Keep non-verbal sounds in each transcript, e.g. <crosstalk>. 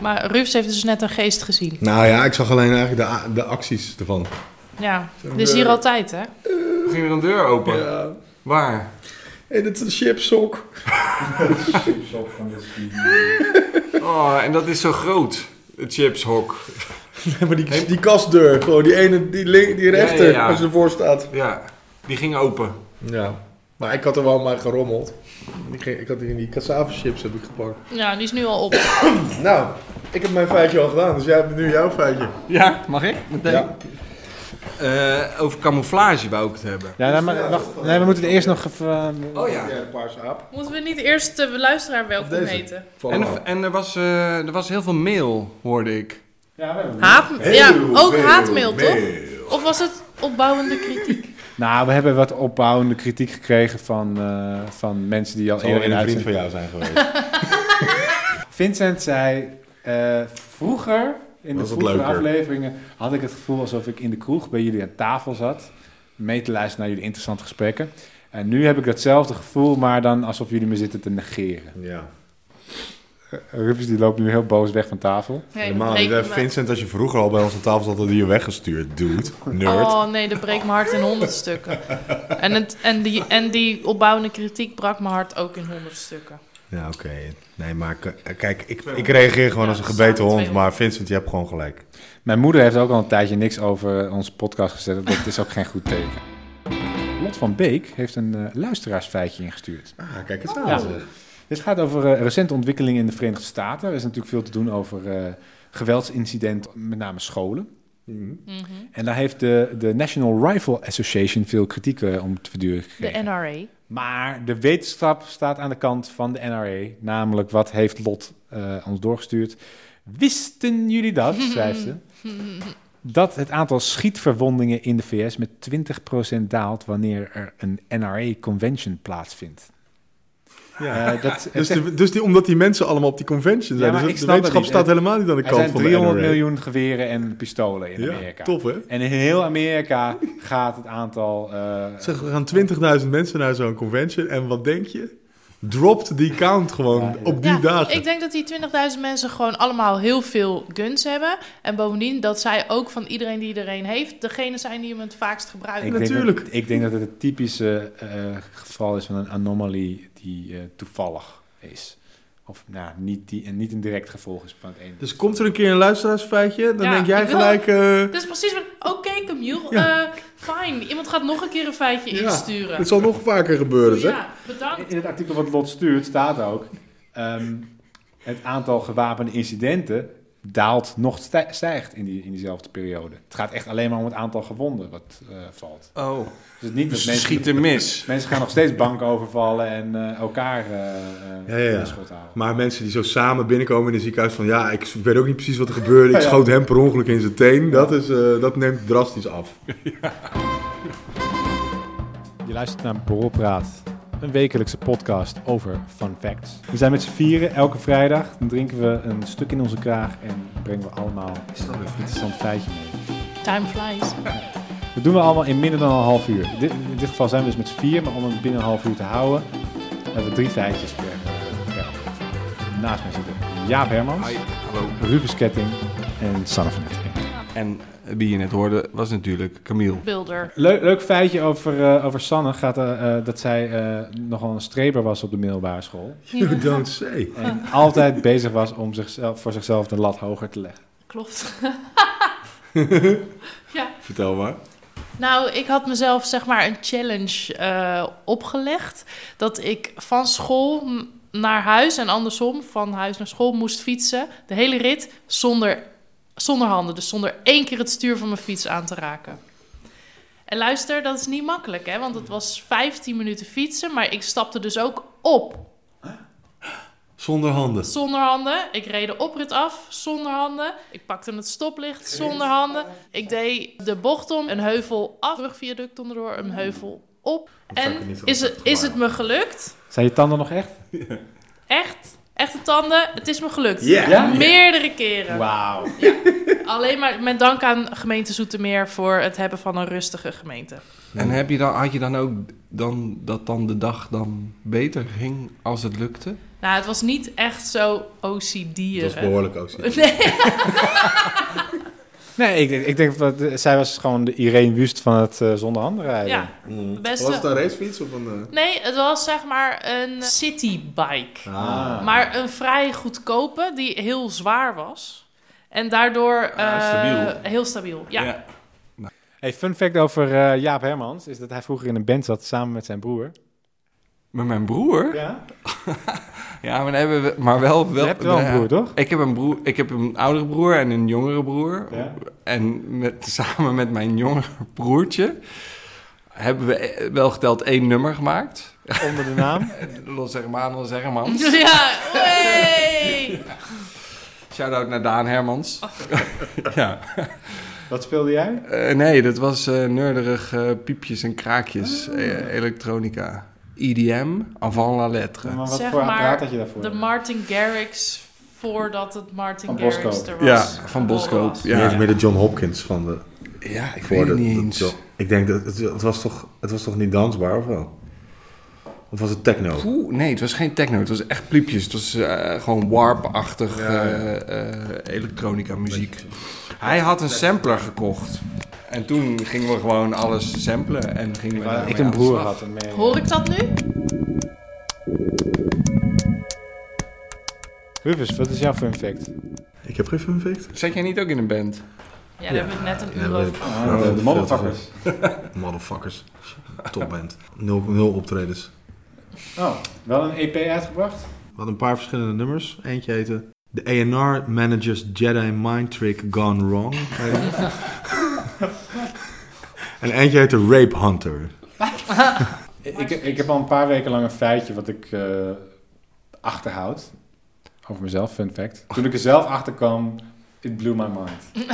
Maar Rufs heeft dus net een geest gezien. Nou ja, ik zag alleen eigenlijk de, a- de acties ervan. Ja, Zo'n dus deur. hier altijd, hè? Ging er een deur open? Ja. Waar? En het is een chipsok. <laughs> Zo van dat die- Oh, en dat is zo groot. Het chipshok. maar die, die kastdeur, gewoon die ene, die, link- die rechter, Ja, ja, ja. als je ervoor staat. Ja, die ging open. Ja, maar ik had er wel maar gerommeld. Ik, ging- ik had die in die cassaveschips heb ik gepakt. Ja, die is nu al op. Nou, ik heb mijn feitje al gedaan, dus jij hebt nu jouw feitje. Ja, mag ik? Ja. Eh, over camouflage wou ik het hebben. <laughs> Ja, nee, maar, wacht, nee, we moeten eerst nog even... eh, Oh ja. paarse aap. Moeten we niet eerst de luisteraar Of welkom deze. heten? En, er- en er, was, eh, er was heel veel mail, hoorde ik. Ja, we hebben- Haat, Heel ja, ook veel haatmail, toch? mail. Of was het opbouwende kritiek? Nou, we hebben wat opbouwende kritiek gekregen van, eh, van mensen die al Zal wel eerder in een de vriend van uitzending... jou zijn geweest. Vincent zei, eh, vroeger, in de Was het vroegere leuker? afleveringen, had ik het gevoel alsof ik in de kroeg bij jullie aan tafel zat, mee te luisteren naar jullie interessante gesprekken. En nu heb ik datzelfde gevoel, maar dan alsof jullie me zitten te negeren. ja. Rufus die loopt nu heel boos weg van tafel. Nee, dat Helemaal breekt niet. hè. me- Vincent, als je vroeger al bij ons aan tafel zat, hadden die je weggestuurd, dude. Nerd. Oh nee, dat breekt mijn hart in honderd stukken. En, het, en, die, en die opbouwende kritiek brak mijn hart ook in honderd stukken. Ja, oké. Nee, maar k- eh, kijk, ik, ik reageer gewoon Ja, als een gebeten samen hond. twee Maar Vincent, je hebt gewoon gelijk. Mijn moeder heeft ook al een tijdje niks over onze podcast gezet. Dat is ook geen goed teken. Lot van Beek heeft een eh, luisteraarsfeitje ingestuurd. Ah, kijk Oh. eens Ja. Dit gaat over eh, recente ontwikkelingen in de Verenigde Staten. Er is natuurlijk veel te doen over eh, geweldsincidenten, met name scholen. Mhm. En daar heeft de, de National Rifle Association veel kritiek eh, om te verduren De gekregen. NRA. Maar de wetenschap staat aan de kant van de NRA. Namelijk, wat heeft Lot eh, ons doorgestuurd? Wisten jullie dat, schrijft ze, dat het aantal schietverwondingen in de VS met 20% daalt wanneer er een NRA-convention plaatsvindt? Ja. <laughs> Eh, dat, Dus, de- dus die, omdat die mensen allemaal op die convention zijn. maar dus ik de snap dat wetenschap niet. staat helemaal niet aan de er kant zijn van 300 de NRA. miljoen geweren en pistolen in Amerika. Ja, tof hè? En in heel Amerika gaat het aantal... eh, Zeg, we gaan 20.000 mensen naar zo'n convention. En wat denk je? Dropt die count gewoon Ja, ja. op die Ja, dagen. Ik denk dat die 20.000 mensen gewoon allemaal heel veel guns hebben. En bovendien dat zij ook van iedereen die iedereen heeft, degene zijn die hem het vaakst gebruiken. Ik Eh, Natuurlijk. Denk dat, ik denk dat het het typische eh, geval is van een anomalie die eh, toevallig is. Of nou, niet, die, en niet een direct gevolg is van het ene. Dus komt er een keer een luisteraarsfeitje, dan Ja, denk jij ik wil- gelijk... eh, Dat is precies wat... Oké, Camille, Ja. eh, fijn. Iemand gaat nog een keer een feitje Ja, insturen. het zal nog vaker gebeuren, zeg. Ja, bedankt. In het artikel wat Lot stuurt staat ook... ehm, het aantal gewapende incidenten daalt nog stij- stijgt in, die, in diezelfde periode. Het gaat echt alleen maar om het aantal gewonden wat eh, valt. Oh, Dus niet dat dus ze mensen, schieten mis. mensen gaan nog steeds banken overvallen en eh, elkaar eh, eh, Ja, ja, ja. in schot houden. Maar mensen die zo samen binnenkomen in een ziekenhuis van... ja, ik weet ook niet precies wat er gebeurde. Ik schoot hem per ongeluk in zijn teen. Dat, is, eh, dat neemt drastisch af. Je luistert naar Borrelpraat, een wekelijkse podcast over fun facts. We zijn met z'n vieren elke vrijdag. Dan drinken we een stuk in onze kraag en brengen we allemaal een interessant feitje mee. Time flies. Dat doen we allemaal in minder dan een half uur. In dit, in dit geval zijn we dus met z'n vier, maar om het binnen een half uur te houden, hebben we drie feitjes per, eh, per aflevering. Naast mij zitten Jaap Hermans, Hi, hallo. Rufus Ketting en Sanne van Ettingen. En wie je net hoorde was natuurlijk Camille. Builder. Leuk, leuk feitje over, eh, over Sanne gaat eh, eh, dat zij eh, nogal een streber was op de middelbare school. You don't say. En altijd bezig was om zichzelf, voor zichzelf de lat hoger te leggen. Klopt. Vertel maar. Nou, ik had mezelf zeg maar een challenge eh, opgelegd. Dat ik van school m- naar huis en andersom, van huis naar school, moest fietsen. De hele rit zonder, zonder handen. Dus zonder één keer het stuur van mijn fiets aan te raken. En luister, dat is niet makkelijk, hè? Want het was 15 minuten fietsen, maar ik stapte dus ook op Zonder handen. zonder handen. Ik reed de oprit af zonder handen. Ik pakte het stoplicht zonder handen. Ik deed de bocht om, een heuvel af, terugviaduct onderdoor, een heuvel op. zou ik En niet zo is het, opzetten, is maar- het me gelukt? Zijn je tanden nog echt? Echt? Echte tanden? Het is me gelukt. Yeah. Ja? Meerdere keren. Wauw. Alleen maar met dank aan gemeente Zoetermeer voor het hebben van een rustige gemeente. En heb je dan, had je dan ook dan, dat dan de dag dan beter ging als het lukte? Nou, het was niet echt zo OCD'erig. Dat is behoorlijk ook. zie je. <laughs> Nee, Nee, ik, ik denk dat eh, zij was gewoon de Irene Wust van het eh, zonder handen rijden. ja. Mm. Best Was wel- het een racefiets of een... eh, nee, het was zeg maar een citybike. Ah. Maar een vrij goedkope die heel zwaar was. En daardoor eh, stabiel. heel stabiel. Ja. Ja. Hey, fun fact over eh, Jaap Hermans is dat hij vroeger in een band zat samen met zijn broer. Met mijn broer? Ja? Ja, maar, dan hebben we, maar wel... wel Je hebt wel een ja. broer, toch? Ik heb een broer, ik heb een oudere broer en een jongere broer. Ja. En met, <laughs> samen met mijn jongere broertje hebben we eh, wel geteld één nummer gemaakt. Onder de naam. Los Herman, Los Hermans. <laughs> Ja, hey! Shout-out naar Daan Hermans. <laughs> ja. Wat speelde jij? Eh, nee, dat was eh neurderig eh, piepjes en kraakjes. eh, elektronica. EDM, avant la lettre. Maar wat Zeg voor apparaat maar, had je daarvoor? De Martin Garrix voordat het Martin Van Garrix Boskoop. er was. Oh, Ja, van Boskoop. Was. Die heeft Ja, meer de John Hopkins van de... ja ik voor weet de- het niet de- eens. John- ik denk dat... Het, het was toch, het was toch niet dansbaar of wel? Of was het techno? Oeh, nee, het was geen techno. Het was echt pliepjes. Het was eh, gewoon warp-achtig eh, eh, elektronica muziek. Hij had een sampler gekocht. En toen gingen we gewoon alles samplen. En gingen we Waar daarmee ik aan een de broer slag. had. en mee- Hoor ik dat nu? Rufus, wat is jouw fun fact? Ik heb geen fun fact. Zat jij niet ook in een band? Ja, daar hebben we net een Ja, uur we- over. Oh, de, veel motherfuckers. Motherfuckers. Topband. Nul, nul optredens. Oh, wel een EP uitgebracht? We hadden een paar verschillende nummers. Eentje heette... The A&R Managers Jedi Mind Trick Gone Wrong. <laughs> en eentje heette Rape Hunter. Ik, ik heb al een paar weken lang een feitje wat ik eh, achterhoud. Over mezelf, fun fact. Toen ik er zelf achter kwam, it blew my mind.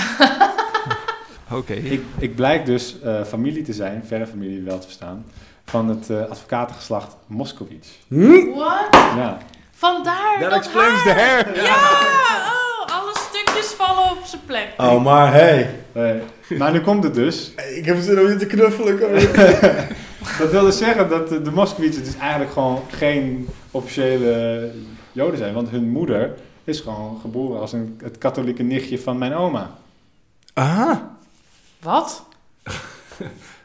Oké. Ik, ik blijk dus eh, familie te zijn, verre familie wel te verstaan, van het eh, advocatengeslacht Moskowitz. Nou, What? Ja. Vandaar dat haar. hair! Ja! Oh, alle stukjes vallen op zijn plek. Oh, maar hey. Eh, maar nu komt het dus. Ik heb zin om je te knuffelen. Dat wil dus zeggen dat de, de Moskowitzen dus eigenlijk gewoon geen officiële joden zijn. Want hun moeder is gewoon geboren als een, het katholieke nichtje van mijn Nou, oma. Ah, Wat?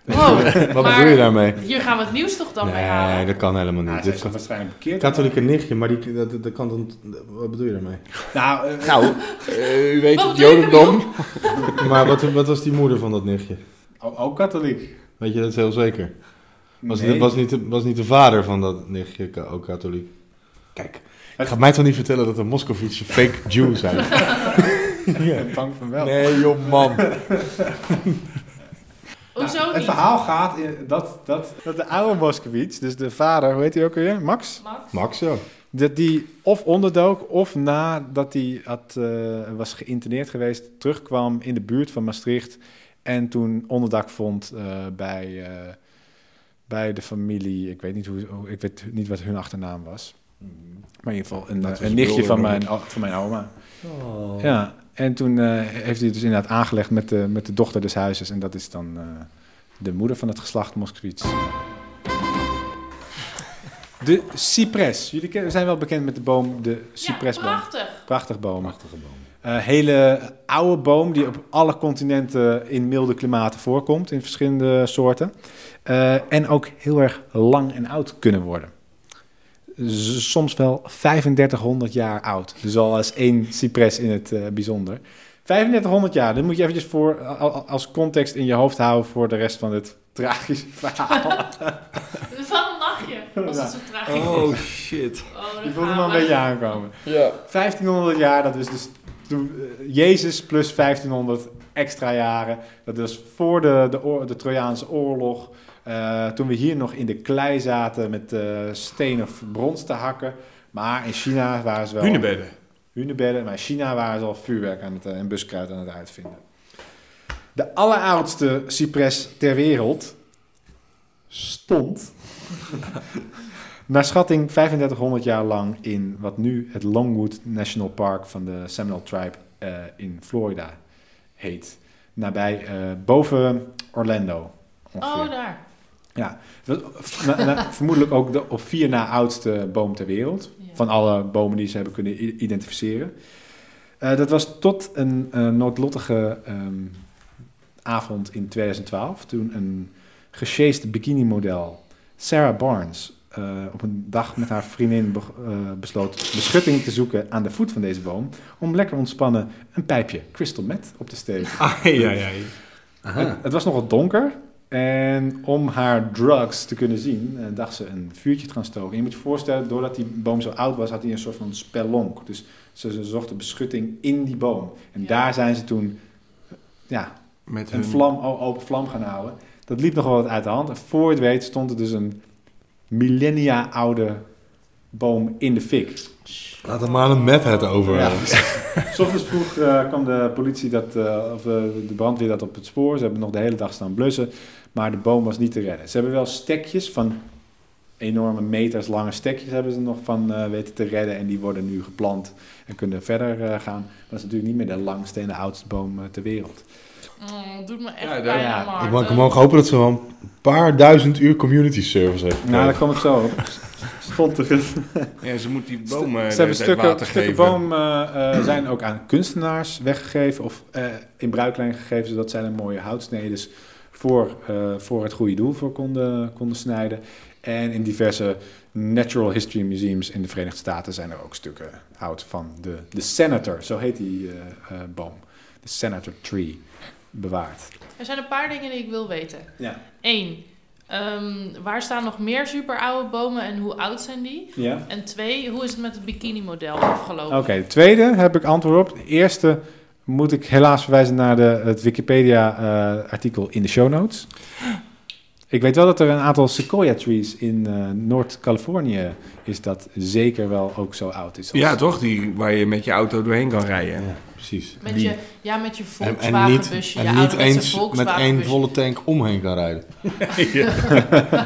Wow, Wat Maar- bedoel je daarmee? hier gaan we het nieuws toch dan mee Nee, halen? dat kan helemaal niet. Nou, ze Dit is kan... waarschijnlijk bekeerd. Katholieke nichtje, maar die, dat, dat kan dan... Wat bedoel je daarmee? Nou, eh, nou, eh, u weet Wat het, doe je ermee jodendom. maar wat, wat was die moeder van dat nichtje? o- ook katholiek. Weet je dat heel zeker? Was, Nee. dit, <laughs> was, niet, de, was niet de vader van dat nichtje ka- ook katholiek? Kijk, je gaat mij toch niet vertellen dat de Moskovitsen fake <laughs> Jew zijn? Ik ben bang van wel. Nee joh man. Nou, Hoezo het niet? verhaal gaat in dat, dat, dat de oude Moskowitz, dus de vader, hoe heet hij ook alweer? Max? Max? Max ja. Dat die of onderdook of nadat hij had, eh, was geïnterneerd geweest, terugkwam in de buurt van Maastricht. En toen onderdak vond eh, bij, eh, bij de familie. Ik weet, niet hoe, hoe- ik weet niet wat hun achternaam was. Maar in ieder geval een, Dat eh, was een nichtje van Mulder. mijn, van mijn oma. Oh. Ja, en toen eh, heeft hij het dus inderdaad aangelegd met de, met de dochter des huizes. En dat is dan eh, de moeder van het geslacht Moskowitz. De cypres. Jullie ken- zijn wel bekend met de boom, de cypresboom. Ja, prachtig. Prachtig boom. Prachtige boom. hele oude boom die op alle continenten in milde klimaten voorkomt, in verschillende soorten. Eh, en ook heel erg lang en oud kunnen worden. Z- soms wel 3500 jaar oud. Dus al als één cypres in het eh, bijzonder. 3500 jaar, dat moet je eventjes voor, a- a- als context in je hoofd houden voor de rest van dit tragische verhaal. Van een lachje, als het zo tragisch is. Oh, shit. Oh, dan Je voelt gaan hem al een we. beetje aankomen. Ja. 1500 jaar, dat is dus toen, eh, Jezus plus 1500 extra jaren. Dat is voor de, de, oor- de Trojaanse oorlog. Eh, toen we hier nog in de klei zaten met eh stenen of brons te hakken. Maar in China waren ze wel... Hunebedden. Hunebedden, maar in China waren ze al vuurwerk aan het, eh, en buskruid aan het uitvinden. De alleroudste cypres ter wereld stond <laughs> naar schatting 3500 jaar lang in wat nu het Longwood National Park van de Seminole Tribe eh, in Florida heet. Nabij, eh, boven Orlando ongeveer. Oh, daar. Ja, dat was na- na- vermoedelijk ook de op vier na oudste boom ter wereld. Ja. Van alle bomen die ze hebben kunnen i- identificeren. Eh, dat was tot een eh, noodlottige ehm, avond in 2012. Toen een gesjeest bikini-model, Sarah Barnes, eh, op een dag met haar vriendin be- eh, besloot beschutting te zoeken aan de voet van deze boom. Om lekker ontspannen een pijpje crystal meth op te steken. Ah, ja, ja. Het, het was nogal donker. En om haar drugs te kunnen zien, eh, dacht ze een vuurtje te gaan stoken. En je moet je voorstellen, doordat die boom zo oud was, had hij een soort van spelonk. Dus ze, ze zochten beschutting in die boom. En Ja. daar zijn ze toen eh, ja, Met een hun... vlam, o- open vlam gaan houden. Dat liep nogal wat uit de hand. En voor je het weet stond er dus een millennia oude boom in de fik. Laat hem maar een madhead over. eh. Ja. S ochtends vroeg eh, kwam de politie dat, eh, of eh, de brandweer dat op het spoor. Ze hebben nog de hele dag staan blussen, maar de boom was niet te redden. Ze hebben wel stekjes van enorme meters lange stekjes hebben ze nog van eh, weten te redden en die worden nu geplant en kunnen verder eh, gaan. Dat is natuurlijk niet meer de langste en de oudste boom eh, ter wereld. Mm, doet me echt Ja, dat- pijn ja. aan mijn hart, Eh, Ik mag hè. hem ook hopen dat ze wel een paar duizend uur community service heeft. Nou, daar kwam het zo op. <laughs> Stond er Ja, ze moet die bomen Ze hebben stukken, water stukken geven. boom eh, <clears throat> eh, zijn ook aan kunstenaars weggegeven of eh, in bruiklijn gegeven, zodat zij er mooie houtsnedes voor, eh, voor het goede doel voor konden, konden snijden. En in diverse natural history museums in de Verenigde Staten zijn er ook stukken hout van de, de senator, zo heet die eh, eh, boom, de senator tree, bewaard. Er zijn een paar dingen die ik wil weten. Ja. Eén, ehm, waar staan nog meer super oude bomen en hoe oud zijn die? Ja. En twee, hoe is het met het bikini-model afgelopen? Oké, de tweede heb ik antwoord op. De eerste moet ik helaas verwijzen naar de, het Wikipedia-artikel in de show notes. Ik weet wel dat er een aantal sequoia trees in eh, Noord-Californië is dat zeker wel ook zo oud is. als- Ja, toch? <laughs> Die, waar je met je auto doorheen kan rijden. Precies. Met Die- je, ja, met je en, en niet, Volkswagenbusje. en je niet ouderwetse eens met één Volkswagenbusje. volle tank omheen kan rijden. <laughs>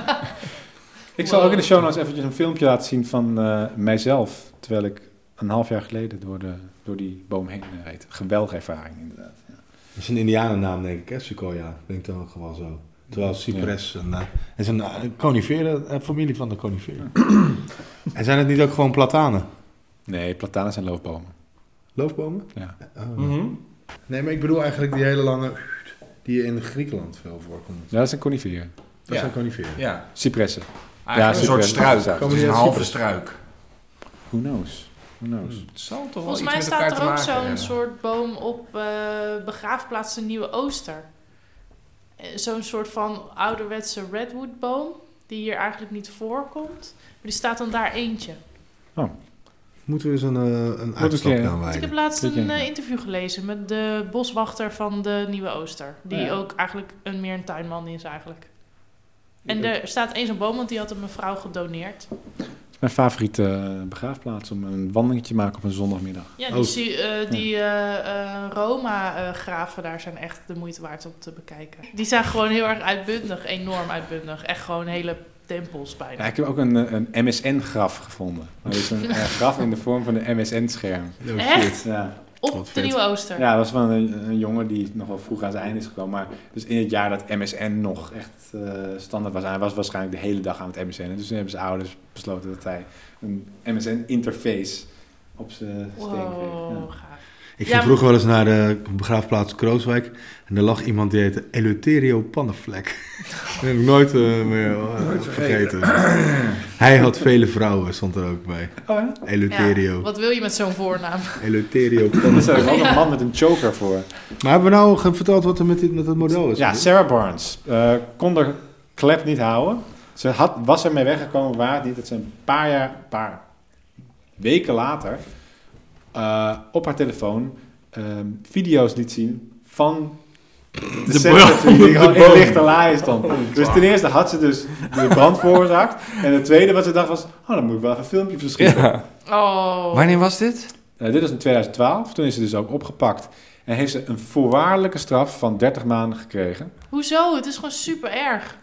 Ik zal ook in de show notes eventjes een filmpje laten zien van eh, mijzelf, terwijl ik een half jaar geleden door, de, door die boom heen eh, reed. Geweldige ervaring inderdaad. Dat is een indianennaam, denk ik, hè? Sequoia. Ik denk dan gewoon zo. Terwijl cypress een, eh, is een eh, coniferen, een familie van de <clears throat> coniferen. en zijn het niet ook gewoon platanen? Nee, platanen zijn loofbomen. Loofbomen? Ja. Oh. Mhm. Nee, maar ik bedoel eigenlijk die hele lange... <clears throat> die in Griekenland veel voorkomt. Ja, dat zijn coniferen. Dat Ja. zijn coniferen. Ja. Cypressen. Eigenlijk ze een soort kunnen- struik. ze Het komen is een uit halve Cyprus. struik. Who knows? Who knows? Het zal toch Volgens mij staat er ook zo'n soort boom op eh begraafplaats de Nieuwe Ooster. Eh, Zo'n soort van ouderwetse redwoodboom, die hier eigenlijk niet voorkomt. Maar die staat dan daar eentje. Moeten we eens een, eh, een Moet ik, uitstapje Want ik eh, heb aanwijden? laatst Kijk een even. eh, interview gelezen met de boswachter van de Nieuwe Ooster. Die Ja. ook eigenlijk een, meer een tuinman is eigenlijk. En er staat eens een boom, want die had een mevrouw gedoneerd. Mijn favoriete eh, begraafplaats om een wandelingetje te maken op een zondagmiddag. Ja, Oh. die, zie- eh, die eh, eh, Roma-graven daar zijn echt de moeite waard om te bekijken. Die zijn gewoon heel erg uitbundig, enorm uitbundig. Echt gewoon hele tempels Ja, bijna. ik heb ook een, eh, een MSN-graf gevonden. Dat is een eh, graf in de vorm van een MSN-scherm. Oh, echt? Ja. Op Wat de vet. Nieuwe Ooster. ja, dat was van een, een jongen die nogal vroeg aan zijn einde is gekomen. Maar dus in het jaar dat MSN nog echt eh, standaard was. Hij was waarschijnlijk de hele dag aan het MSN. Dus toen hebben zijn ouders besloten dat hij een MSN-interface op zijn steen kreeg. Wow, Ja. gaaf. Ik Ja, ging vroeger wel eens naar de begraafplaats Krooswijk. En daar lag iemand die heette Eleuterio Pannenvlek. <laughs> Dat heb ik nooit eh, meer eh, vergeten. Hij had vele vrouwen, stond er ook bij. Oh ja? Eleuterio. Ja, wat wil je met zo'n voornaam? <laughs> Eleuterio Er Pannenvlek. staat Dus ook een man met een choker voor. Maar hebben we nou ge- verteld wat er met, dit, met dat model is? Ja, Sarah Barnes eh, kon de klep niet houden. Ze had, was ermee weggekomen waar het niet dat ze een paar jaar, een paar weken later eh, op haar telefoon ehm, video's liet zien van de, De senator brand Oh, die op <laughs> gewoon de in boom. lichte laaien stond. Dus ten eerste had ze dus de brand veroorzaakt. En het tweede wat ze dacht was, oh dan moet ik wel even een filmpje verschieten. Oh. Wanneer was dit? Eh, dit is in 2012, toen is ze dus ook opgepakt. En heeft ze een voorwaardelijke straf van 30 maanden gekregen. Hoezo? Het is gewoon super erg.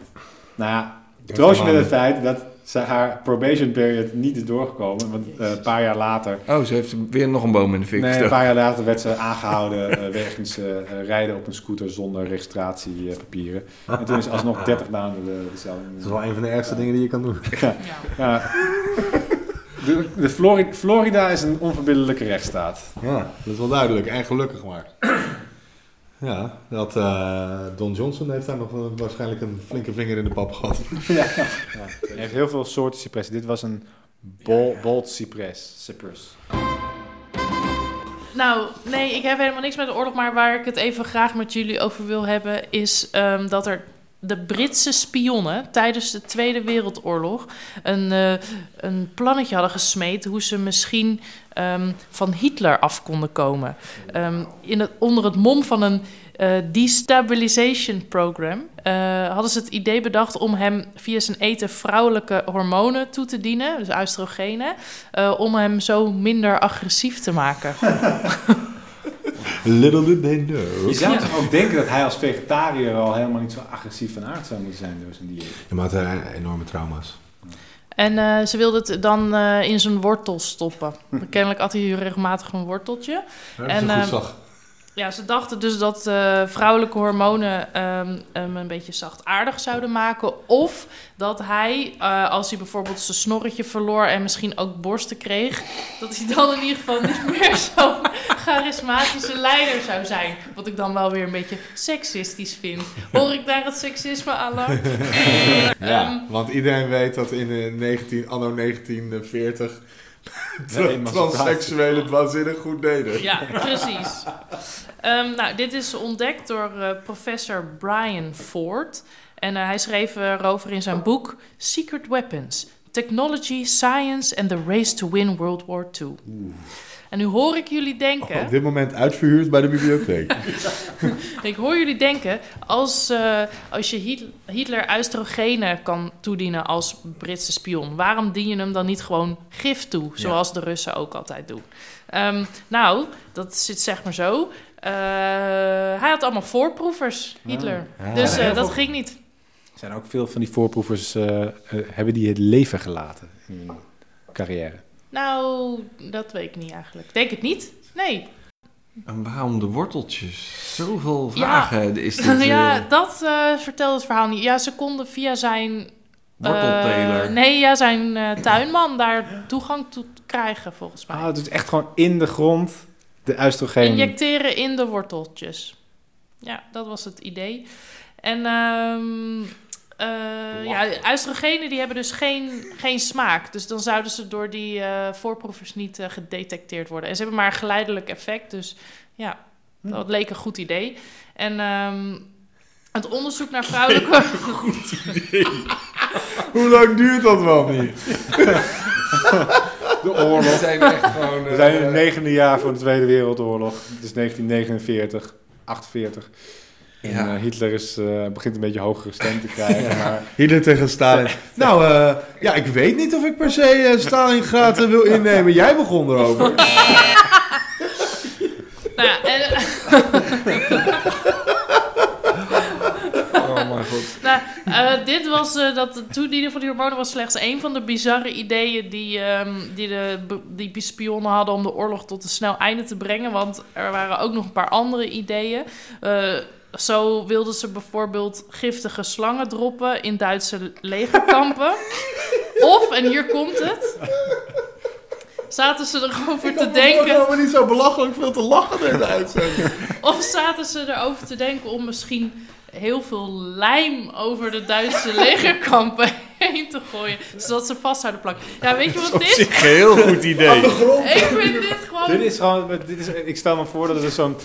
Nou ja, troost je met het feit dat ze haar probation period niet is doorgekomen. Want eh, een paar jaar later Oh, ze heeft weer nog een boom in de fik Nee, een gestoken. paar jaar later werd ze aangehouden eh, wegens eh, eh, rijden op een scooter zonder registratiepapieren. En toen is alsnog 30 maanden de, de cel in. Dat is wel een van de ergste dingen die je kan doen. Ja. Ja. De, de Flori- Florida is een onverbiddelijke rechtsstaat. Ja, dat is wel duidelijk. En gelukkig maar. Ja, dat, eh, Don Johnson heeft daar nog wel waarschijnlijk een flinke vinger in de pap gehad. Hij heeft heel veel soorten cipressen. Dit was een bol, bold cypress. cypress. Nou, nee, ik heb helemaal niks met de oorlog. Maar waar ik het even graag met jullie over wil hebben, is ehm, dat er de Britse spionnen tijdens de Tweede Wereldoorlog een, eh, een plannetje hadden gesmeed hoe ze misschien ehm, van Hitler af konden komen. Ehm, in het, onder het mom van een eh, destabilization program eh, hadden ze het idee bedacht om hem via zijn eten vrouwelijke hormonen toe te dienen, dus oestrogenen, eh, om hem zo minder agressief te maken. Little did they know. Je zou toch ook denken dat hij als vegetariër al helemaal niet zo agressief van aard zou moeten zijn dus, door zijn dieet. Ja, maar het zijn eh, enorme trauma's. En eh, ze wilde het dan eh, in zijn wortel stoppen. Kennelijk at hij regelmatig een worteltje. en, En, goed ehm, zag. Ja, ze dachten dus dat eh, vrouwelijke hormonen ehm, hem een beetje zachtaardig zouden maken. Of dat hij, eh, als hij bijvoorbeeld zijn snorretje verloor en misschien ook borsten kreeg, dat hij dan in ieder geval niet meer <laughs> zo'n charismatische leider zou zijn. Wat ik dan wel weer een beetje seksistisch vind. Hoor ik daar het seksisme aan? ehm, Ja, want iedereen weet dat in eh, 19, anno <laughs> 1940 tra- emancipatie. transseksuelen het waanzinnig goed deden. Ja, precies. Ehm, nou, dit is ontdekt door eh, professor Brian Ford. En eh, hij schreef erover in zijn boek Secret Weapons: Technology, Science and the Race to Win World War II. En nu hoor ik jullie denken. Op dit moment uitverhuurd bij de bibliotheek. Ik hoor jullie denken, als, eh, als je Hit- Hitler oestrogenen kan toedienen als Britse spion, waarom dien je hem dan niet gewoon gif toe, zoals de Russen ook altijd doen? Ehm, nou, dat zit zeg maar zo. Eh, hij had allemaal voorproevers, Hitler. Dus eh, dat ging niet. Er zijn ook veel van die voorproevers eh, eh, hebben die het leven gelaten in hun carrière. Nou, dat weet ik niet eigenlijk. Denk het niet. Nee. En waarom de worteltjes? Zoveel Ja. <laughs> vragen is dit. eh, ja, dat eh vertelt het verhaal niet. Ja, ze konden via zijn wortelteler. Eh, nee, ja, zijn eh, tuinman daar toegang toe krijgen, volgens mij. Ah, het is echt gewoon in de grond de oestrogeen. Injecteren in de worteltjes. Ja, dat was het idee. En ehm eh ja, oestrogenen die hebben dus geen, geen smaak. Dus dan zouden ze door die eh, voorproevers niet eh, gedetecteerd worden. En ze hebben maar een geleidelijk effect. Dus ja, dat leek een goed idee. En ehm, het onderzoek naar vrouwelijke... <laughs> Hoe lang duurt dat wel niet? De oorlog. We zijn echt gewoon... We zijn in eh, het negende jaar van de Tweede Wereldoorlog. Het is 1949, 48. En Ja. eh, Hitler is, eh, begint een beetje hogere stem te krijgen. Maar Hitler tegen Stalin. Nou, eh, ja, ik weet niet of ik per se eh, Stalingraad eh, <laughs> wil innemen. Jij begon erover. nou ja, en, Oh mijn god. Nou, eh, dit was eh, dat het toedienen van die hormonen was slechts een van de bizarre ideeën die, ehm, die de b- die spionnen hadden om de oorlog tot een snel einde te brengen. Want er waren ook nog een paar andere ideeën. Eh, zo wilden ze bijvoorbeeld giftige slangen droppen in Duitse legerkampen. of, en hier komt het. Zaten ze er gewoon voor te Ik denken. had helemaal niet zo belachelijk veel te lachen in de <laughs> uitzending. Of zaten ze erover te denken om misschien heel veel lijm over de Duitse legerkampen heen te gooien, zodat ze vast zouden plakken. Ja, weet je wat dit is? Heel goed <laughs> idee. Ik vind dit dit gewoon... is gewoon, dit is, ik stel me voor dat er zo'n...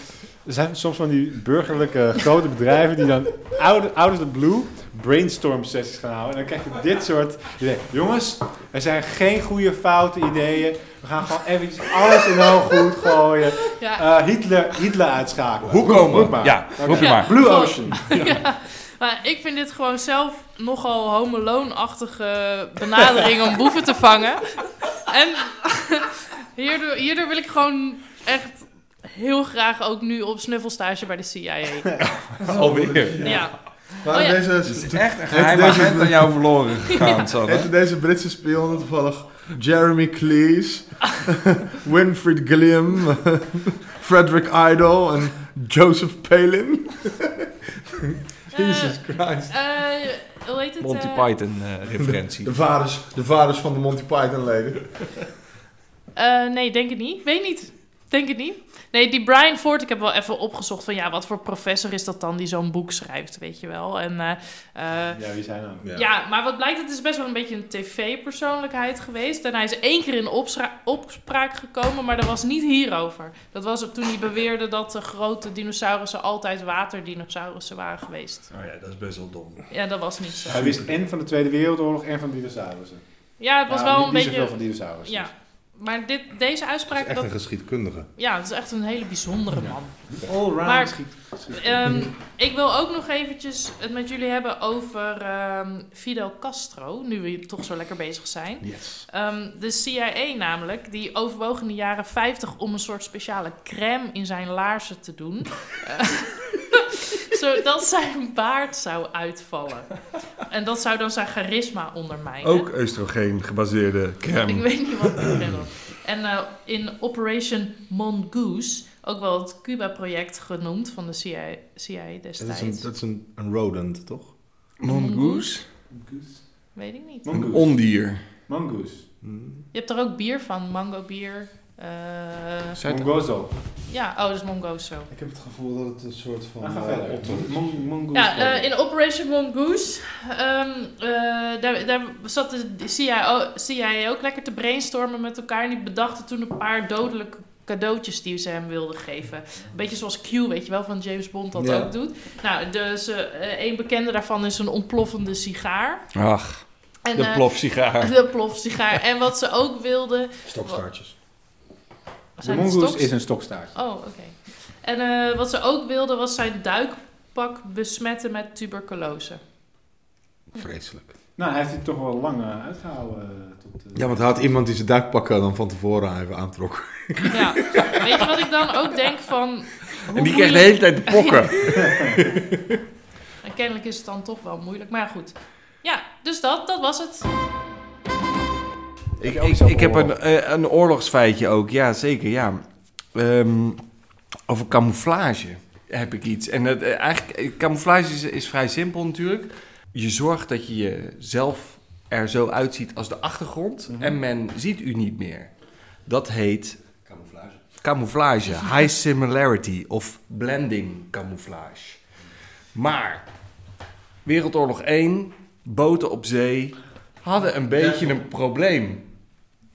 Er zijn soms van die burgerlijke eh, grote bedrijven die dan out, out of the blue brainstorm sessies gaan houden. En dan krijg je dit soort ideeën. Jongens, er zijn geen goede foute ideeën. We gaan gewoon eventjes alles in heel goed gooien. Ja, Eh, Hitler, Hitler uitschakelen. Hoe komen Roep we? maar. Ja, roep je Ja. maar. Blue Ocean. ja. Maar ik vind dit gewoon zelf nogal homoloonachtige benadering om boeven te vangen. En hierdoor, hierdoor wil ik gewoon echt heel graag ook nu op snuffelstage bij de CIA. Alweer. Ja. Oh ja. deze, Het is echt een geheim geheim agent agent aan jou verloren gegaan, heette deze Britse spion toevallig Jeremy Cleese, <laughs> Winfried Gilliam, <laughs> Frederick Idol en Joseph Palin. Jesus Christ. Eh, hoe heet het? Monty eh, Python-referentie. De vaders, de vaders van de Monty Python leden. eh, nee, denk het niet. Weet niet. Denk het niet. Nee, die Brian Ford, ik heb wel even opgezocht van ja, wat voor professor is dat dan die zo'n boek schrijft, weet je wel. En eh, eh, Ja, wie zijn dan? Ja. maar wat blijkt, het is best wel een beetje een tv-persoonlijkheid geweest. En hij is één keer in opstra- opspraak gekomen, maar dat was niet hierover. Dat was toen hij beweerde dat de grote dinosaurussen altijd waterdinosaurussen waren geweest. Oh ja, dat is best wel dom. Ja, dat was niet zo. Hij wist en van de Tweede Wereldoorlog en van dinosaurussen. Ja, het was Nou, wel niet- een niet beetje... zoveel van dinosaurussen. Ja, maar dit, deze Dat is uitspraak, echt dat, een geschiedkundige. ja, dat is echt een hele bijzondere man. Allround Maar- schiet. schiet- Ehm, ik wil ook nog eventjes het met jullie hebben over ehm, Fidel Castro, nu we toch zo lekker bezig zijn. Yes. Ehm, de CIA namelijk, die overwoog in de jaren 50 om een soort speciale crème in zijn laarzen te doen. Eh, zodat zijn baard zou uitvallen. En dat zou dan zijn charisma ondermijnen. Ook oestrogeen gebaseerde Ik crème. weet niet wat ik ben op. En eh, in Operation Mongoose, ook wel het Cuba-project genoemd van de CIA, CIA Dat destijds. is, een, dat is een, een rodent, toch? Mongoose? Mongoose. Weet ik niet. Een Mongoose. ondier. Mongoose. Hm. Je hebt er ook bier van, mango bier. eh, Mongozo. ja, oh, dat is mongozo. Ik heb het gevoel dat het een soort van... Ah, eh, ga verder. Mon- Mongoose. Ja, eh, in Operation Mongoose, ehm, eh, daar, daar zat de CIA, CIA ook lekker te brainstormen met elkaar. En die bedachten toen een paar dodelijke cadeautjes die ze hem wilden geven. Een beetje zoals Q, weet je wel, van James Bond dat Ja. ook doet. Nou, dus eh een bekende daarvan is een ontploffende sigaar. Ach, En, de eh, plofsigaar. <laughs> De plofsigaar. En wat ze ook wilden... Stokstaartjes. de zijn het mongoose stoks? is een stokstaart. Oh, oké. En eh, wat ze ook wilden was zijn duikpak besmetten met tuberculose. Vreselijk. Nou, hij heeft het toch wel lang eh, uitgehouden. eh, tot, eh, Ja, want houdt iemand die zijn duikpak dan van tevoren even aantrok. Ja. Weet je wat ik dan ook denk van... hoe En die kreeg de moeilijk- hele tijd de pokken. En kennelijk is het dan toch wel moeilijk, maar ja, goed. Ja, dus dat, dat was het. Ik, je ook ik, zo'n ik heb een, oorlog? eh, een oorlogsfeitje ook, ja zeker, ja. Ehm, over camouflage heb ik iets. En het, eh, eigenlijk, eh, camouflage is, is vrij simpel natuurlijk. Je zorgt dat je jezelf er zo uitziet als de achtergrond Mhm. en men ziet u niet meer. Dat heet Camouflage. camouflage, high similarity of blending camouflage. Maar Wereldoorlog 1, boten op zee, hadden een beetje een probleem.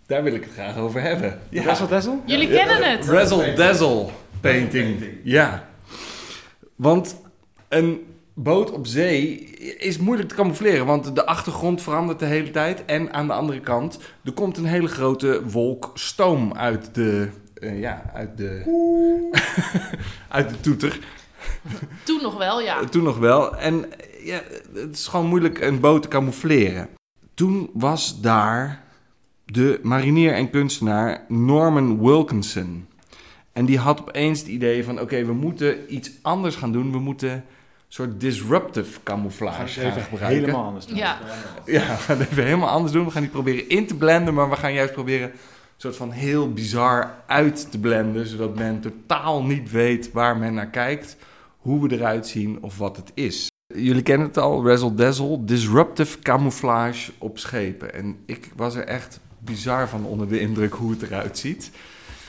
Daar wil ik het graag over hebben. Ja. Dazzle Dazzle? Jullie kennen het. Razzle dazzle painting. Ja. Want een boot op zee is moeilijk te camoufleren, want de achtergrond verandert de hele tijd. En aan de andere kant, er komt een hele grote wolk stoom uit de. eh, ja, uit de. <laughs> uit de toeter. Toen nog wel, ja. Eh, Toen nog wel. En eh, ja, het is gewoon moeilijk een boot te camoufleren. Toen was daar de marinier en kunstenaar Norman Wilkinson. En die had opeens het idee van... oké, we moeten iets anders gaan doen. We moeten een soort disruptive Gaan camouflage ze gaan even gebruiken. helemaal anders doen. Ja. Ja, <laughs> we gaan het even helemaal anders doen. We gaan niet proberen in te blenden... maar we gaan juist proberen een soort van heel bizar uit te blenden... zodat men totaal niet weet waar men naar kijkt... hoe we eruit zien of wat het is. Jullie kennen het al, Razzle Dazzle, disruptive camouflage op schepen. En ik was er echt bizar van onder de indruk hoe het eruit ziet.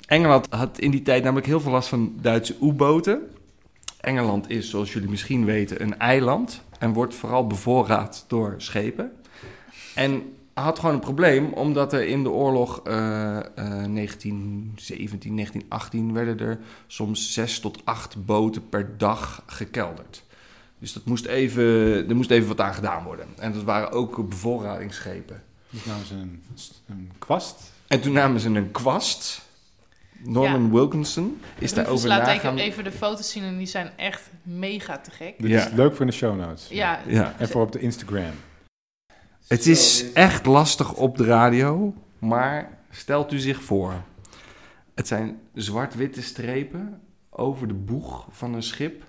Engeland had in die tijd namelijk heel veel last van Duitse U-boten. Engeland is, zoals jullie misschien weten, een eiland en wordt vooral bevoorraad door schepen. En had gewoon een probleem, omdat er in de oorlog eh eh, 1917, 1918 werden er soms zes tot acht boten per dag gekelderd. Dus dat moest even, er moest even wat aan gedaan worden. En dat waren ook bevoorradingsschepen. Dus namen ze een, een kwast. En toen namen ze een kwast. Norman Wilkinson is Dus daarover laat nagaan. ik even de foto's zien en die zijn echt mega te gek. Dit Ja. is leuk voor in de show notes. Ja, Ja. En voor op de Instagram. Het is echt lastig op de radio, maar stelt u zich voor. Het zijn zwart-witte strepen over de boeg van een schip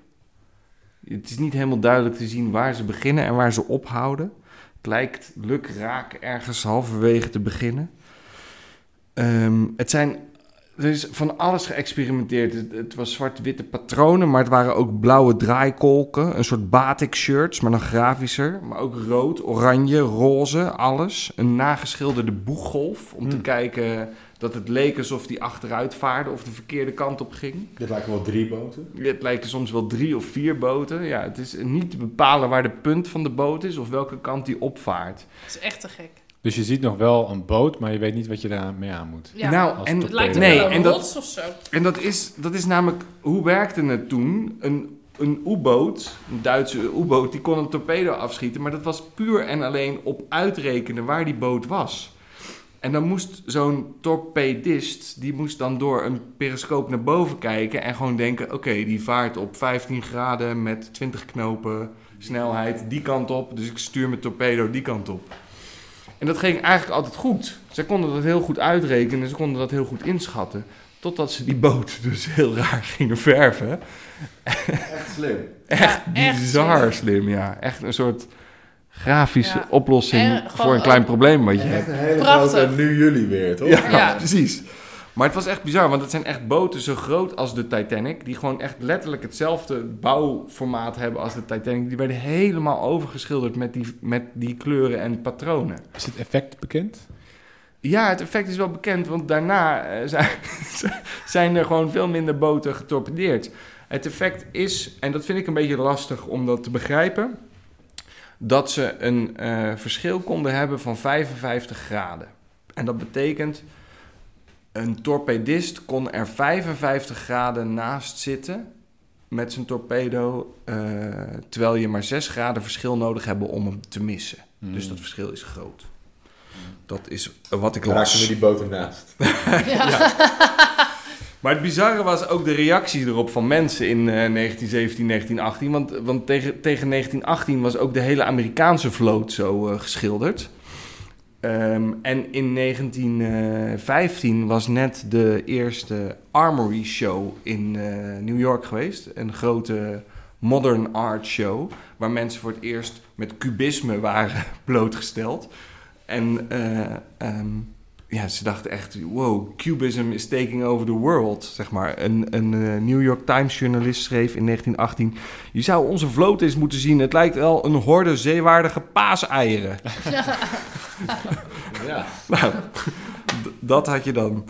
Het is niet helemaal duidelijk te zien waar ze beginnen en waar ze ophouden. Het lijkt luk raak ergens halverwege te beginnen. Ehm, het zijn, er is van alles geëxperimenteerd. Het, het was zwart-witte patronen, maar het waren ook blauwe draaikolken. Een soort batik shirts, maar dan grafischer. Maar ook rood, oranje, roze, alles. Een nageschilderde boeggolf om te Hmm. kijken dat het leek alsof die achteruit vaarde of de verkeerde kant op ging. Dit lijken wel drie boten. Het lijken soms wel drie of vier boten. Ja, het is niet te bepalen waar de punt van de boot is of welke kant die opvaart. Dat is echt te gek. Dus je ziet nog wel een boot, maar je weet niet wat je daarmee aan moet. Ja. nou, Als en, het het lijkt nee, wel en een dat, rots of zo. En dat is, dat is namelijk, hoe werkte het toen? Een, een U-boot, een Duitse U-boot, die kon een torpedo afschieten, maar dat was puur en alleen op uitrekenen waar die boot was. En dan moest zo'n torpedist, die moest dan door een periscoop naar boven kijken en gewoon denken: oké, die vaart op 15 graden met 20 knopen snelheid die kant op, dus ik stuur mijn torpedo die kant op. En dat ging eigenlijk altijd goed. Zij konden dat heel goed uitrekenen en ze konden dat heel goed inschatten. Totdat ze die boot <laughs> dus heel raar gingen verven. Echt slim. Echt Ja, echt bizar slim. slim, ja. Echt een soort grafische Ja. oplossing En gewoon voor een ook- klein probleem wat je hebt. Echt een hele Prachtig. grote nu jullie weer, toch? Ja, Ja. precies. Maar het was echt bizar, want het zijn echt boten zo groot als de Titanic. Die gewoon echt letterlijk hetzelfde bouwformaat hebben als de Titanic. Die werden helemaal overgeschilderd met die, met die kleuren en patronen. Is het effect bekend? Ja, het effect is wel bekend, want daarna eh, <laughs> zijn, zijn er gewoon veel minder boten getorpedeerd. Het effect is, en dat vind ik een beetje lastig om dat te begrijpen, dat ze een eh, verschil konden hebben van 55 graden. En dat betekent, een torpedist kon er 55 graden naast zitten met zijn torpedo, eh, terwijl je maar 6 graden verschil nodig hebben om hem te missen. Hmm. Dus dat verschil is groot. Dat is wat ik Raakten Hmm. we las. die boten naast. <laughs> Ja. Maar het bizarre was ook de reactie erop van mensen in eh, 1917, 1918. Want, want tegen, tegen 1918 was ook de hele Amerikaanse vloot zo eh, geschilderd. Ehm, en in 1915 was net de eerste Armory Show in eh, New York geweest. Een grote modern art show. Waar mensen voor het eerst met cubisme waren <laughs> blootgesteld. En eh, ehm, ja, ze dachten echt, wow, cubism is taking over the world, zeg maar. Een, een eh, New York Times journalist schreef in 1918... Je zou onze vloot eens moeten zien. Het lijkt wel een horde zeewaardige paaseieren. Ja. <laughs> nou, d- dat had je dan.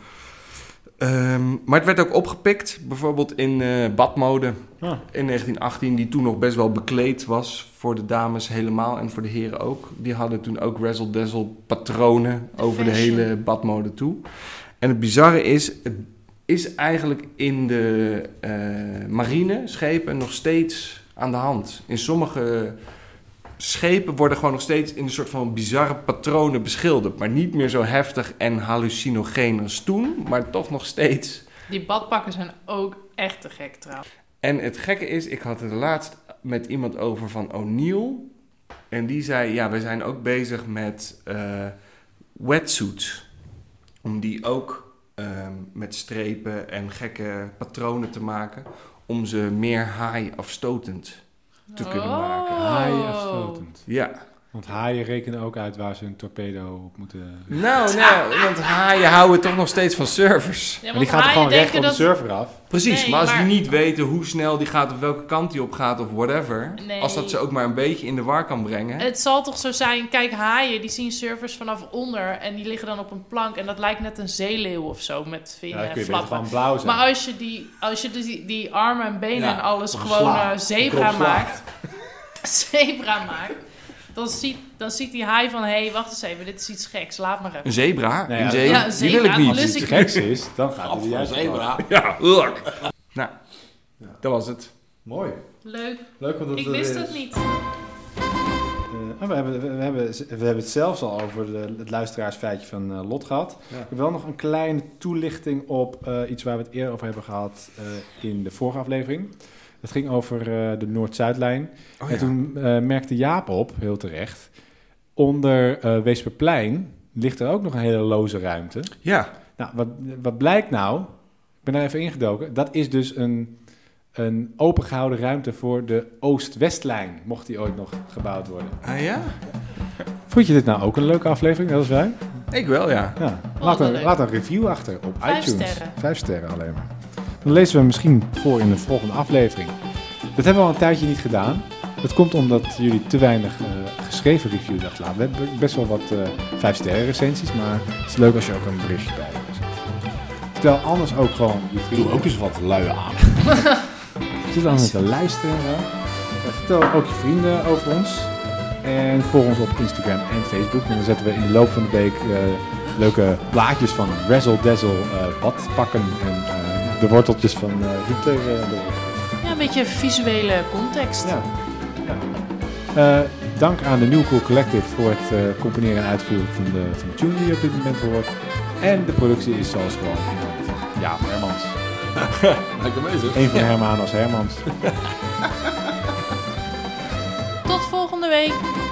Ehm, maar het werd ook opgepikt, bijvoorbeeld in eh, badmode Ah. in 1918, die toen nog best wel bekleed was voor de dames helemaal en voor de heren ook. Die hadden toen ook razzle dazzle patronen De over fashion. de hele badmode toe. En het bizarre is, het is eigenlijk in de eh marine schepen nog steeds aan de hand. In sommige schepen worden gewoon nog steeds in een soort van bizarre patronen beschilderd. Maar niet meer zo heftig en hallucinogeen als toen, maar toch nog steeds Die badpakken zijn ook echt te gek trouwens. en het gekke is, ik had het laatst met iemand over van O'Neill. En die zei, ja, we zijn ook bezig met eh wetsuits. Om die ook ehm, met strepen en gekke patronen te maken. Om ze meer haai-afstotend te kunnen maken. Oh. Haaien afstotend. Ja. Want haaien rekenen ook uit waar ze hun torpedo op moeten... Nou, nou, want haaien houden toch nog steeds van servers. Ja, maar die gaat er haaien gewoon recht denken op de dat- server af. Precies, Nee, maar als maar- die niet weten hoe snel die gaat of welke kant die op gaat of whatever. Nee. Als dat ze ook maar een beetje in de war kan brengen. Het zal toch zo zijn, kijk, haaien die zien surfers vanaf onder en die liggen dan op een plank en dat lijkt net een zeeleeuw of zo met Ja, vinnen dan kun en je beter flappen. gewoon blauw zijn. Maar als je die, als je die, die armen en benen Ja, en alles een gewoon sla. eh, zebra Een klop sla. maakt, <laughs> zebra maakt, dan ziet, dan ziet die haai van, hé, hey, wacht eens even, dit is iets geks, laat maar even. Een zebra? Nee, een ja, zebra? ja, een Die wil zebra, ik niet. Als het lus iets ik- geks is, dan gaat het juist af. Ja, ugh. Nou, dat was het. Mooi. Leuk, Leuk omdat ik er wist weer dat is. niet. Eh, ah, we, hebben, we, we hebben, we hebben het zelfs al over de- het luisteraarsfeitje van eh, Lot gehad. Ja. Ik heb wel nog een kleine toelichting op eh, iets waar we het eerder over hebben gehad eh, in de vorige aflevering. Het ging over eh, de Noord-Zuidlijn. Oh, en toen eh, merkte Jaap op, heel terecht, onder eh Weesperplein ligt er ook nog een hele loze ruimte. ja. Nou, wat, wat blijkt nou? Ik ben daar even ingedoken. Dat is dus een een opengehouden ruimte voor de Oost-Westlijn, mocht die ooit nog gebouwd worden. Ah ja? Vond je dit nou ook een leuke aflevering, net als wij? Ik wel, ja. Ja. Wel Laat, een, leuk. laat een review achter op Vijf iTunes. sterren. Vijf sterren alleen maar. Dan lezen we hem misschien voor in de volgende aflevering. Dat hebben we al een tijdje niet gedaan. Dat komt omdat jullie te weinig eh, geschreven reviews achterlaten. We hebben best wel wat eh vijf sterren recensies, maar het is leuk als je ook een berichtje bij hebt. Vertel anders ook gewoon je vrienden. Doe ook eens wat lui aan. Zit aan het te luisteren. Hè? Ja, Vertel ook je vrienden over ons. En volg ons op Instagram en Facebook. En dan zetten we in de loop van de week eh, leuke plaatjes van Razzle Dazzle eh, badpakken. En eh, de worteltjes van eh Hitler. eh, door. Ja, een beetje visuele context. ja. Ja. Eh, dank aan de New Cool Collective voor het eh, componeren en uitvoeren van de, van de tune die je op dit moment hoort. En de productie is zoals gewoon in handen van Jaap Hermans. Lekker bezig. Eén van Hermanus Hermans. Tot volgende week.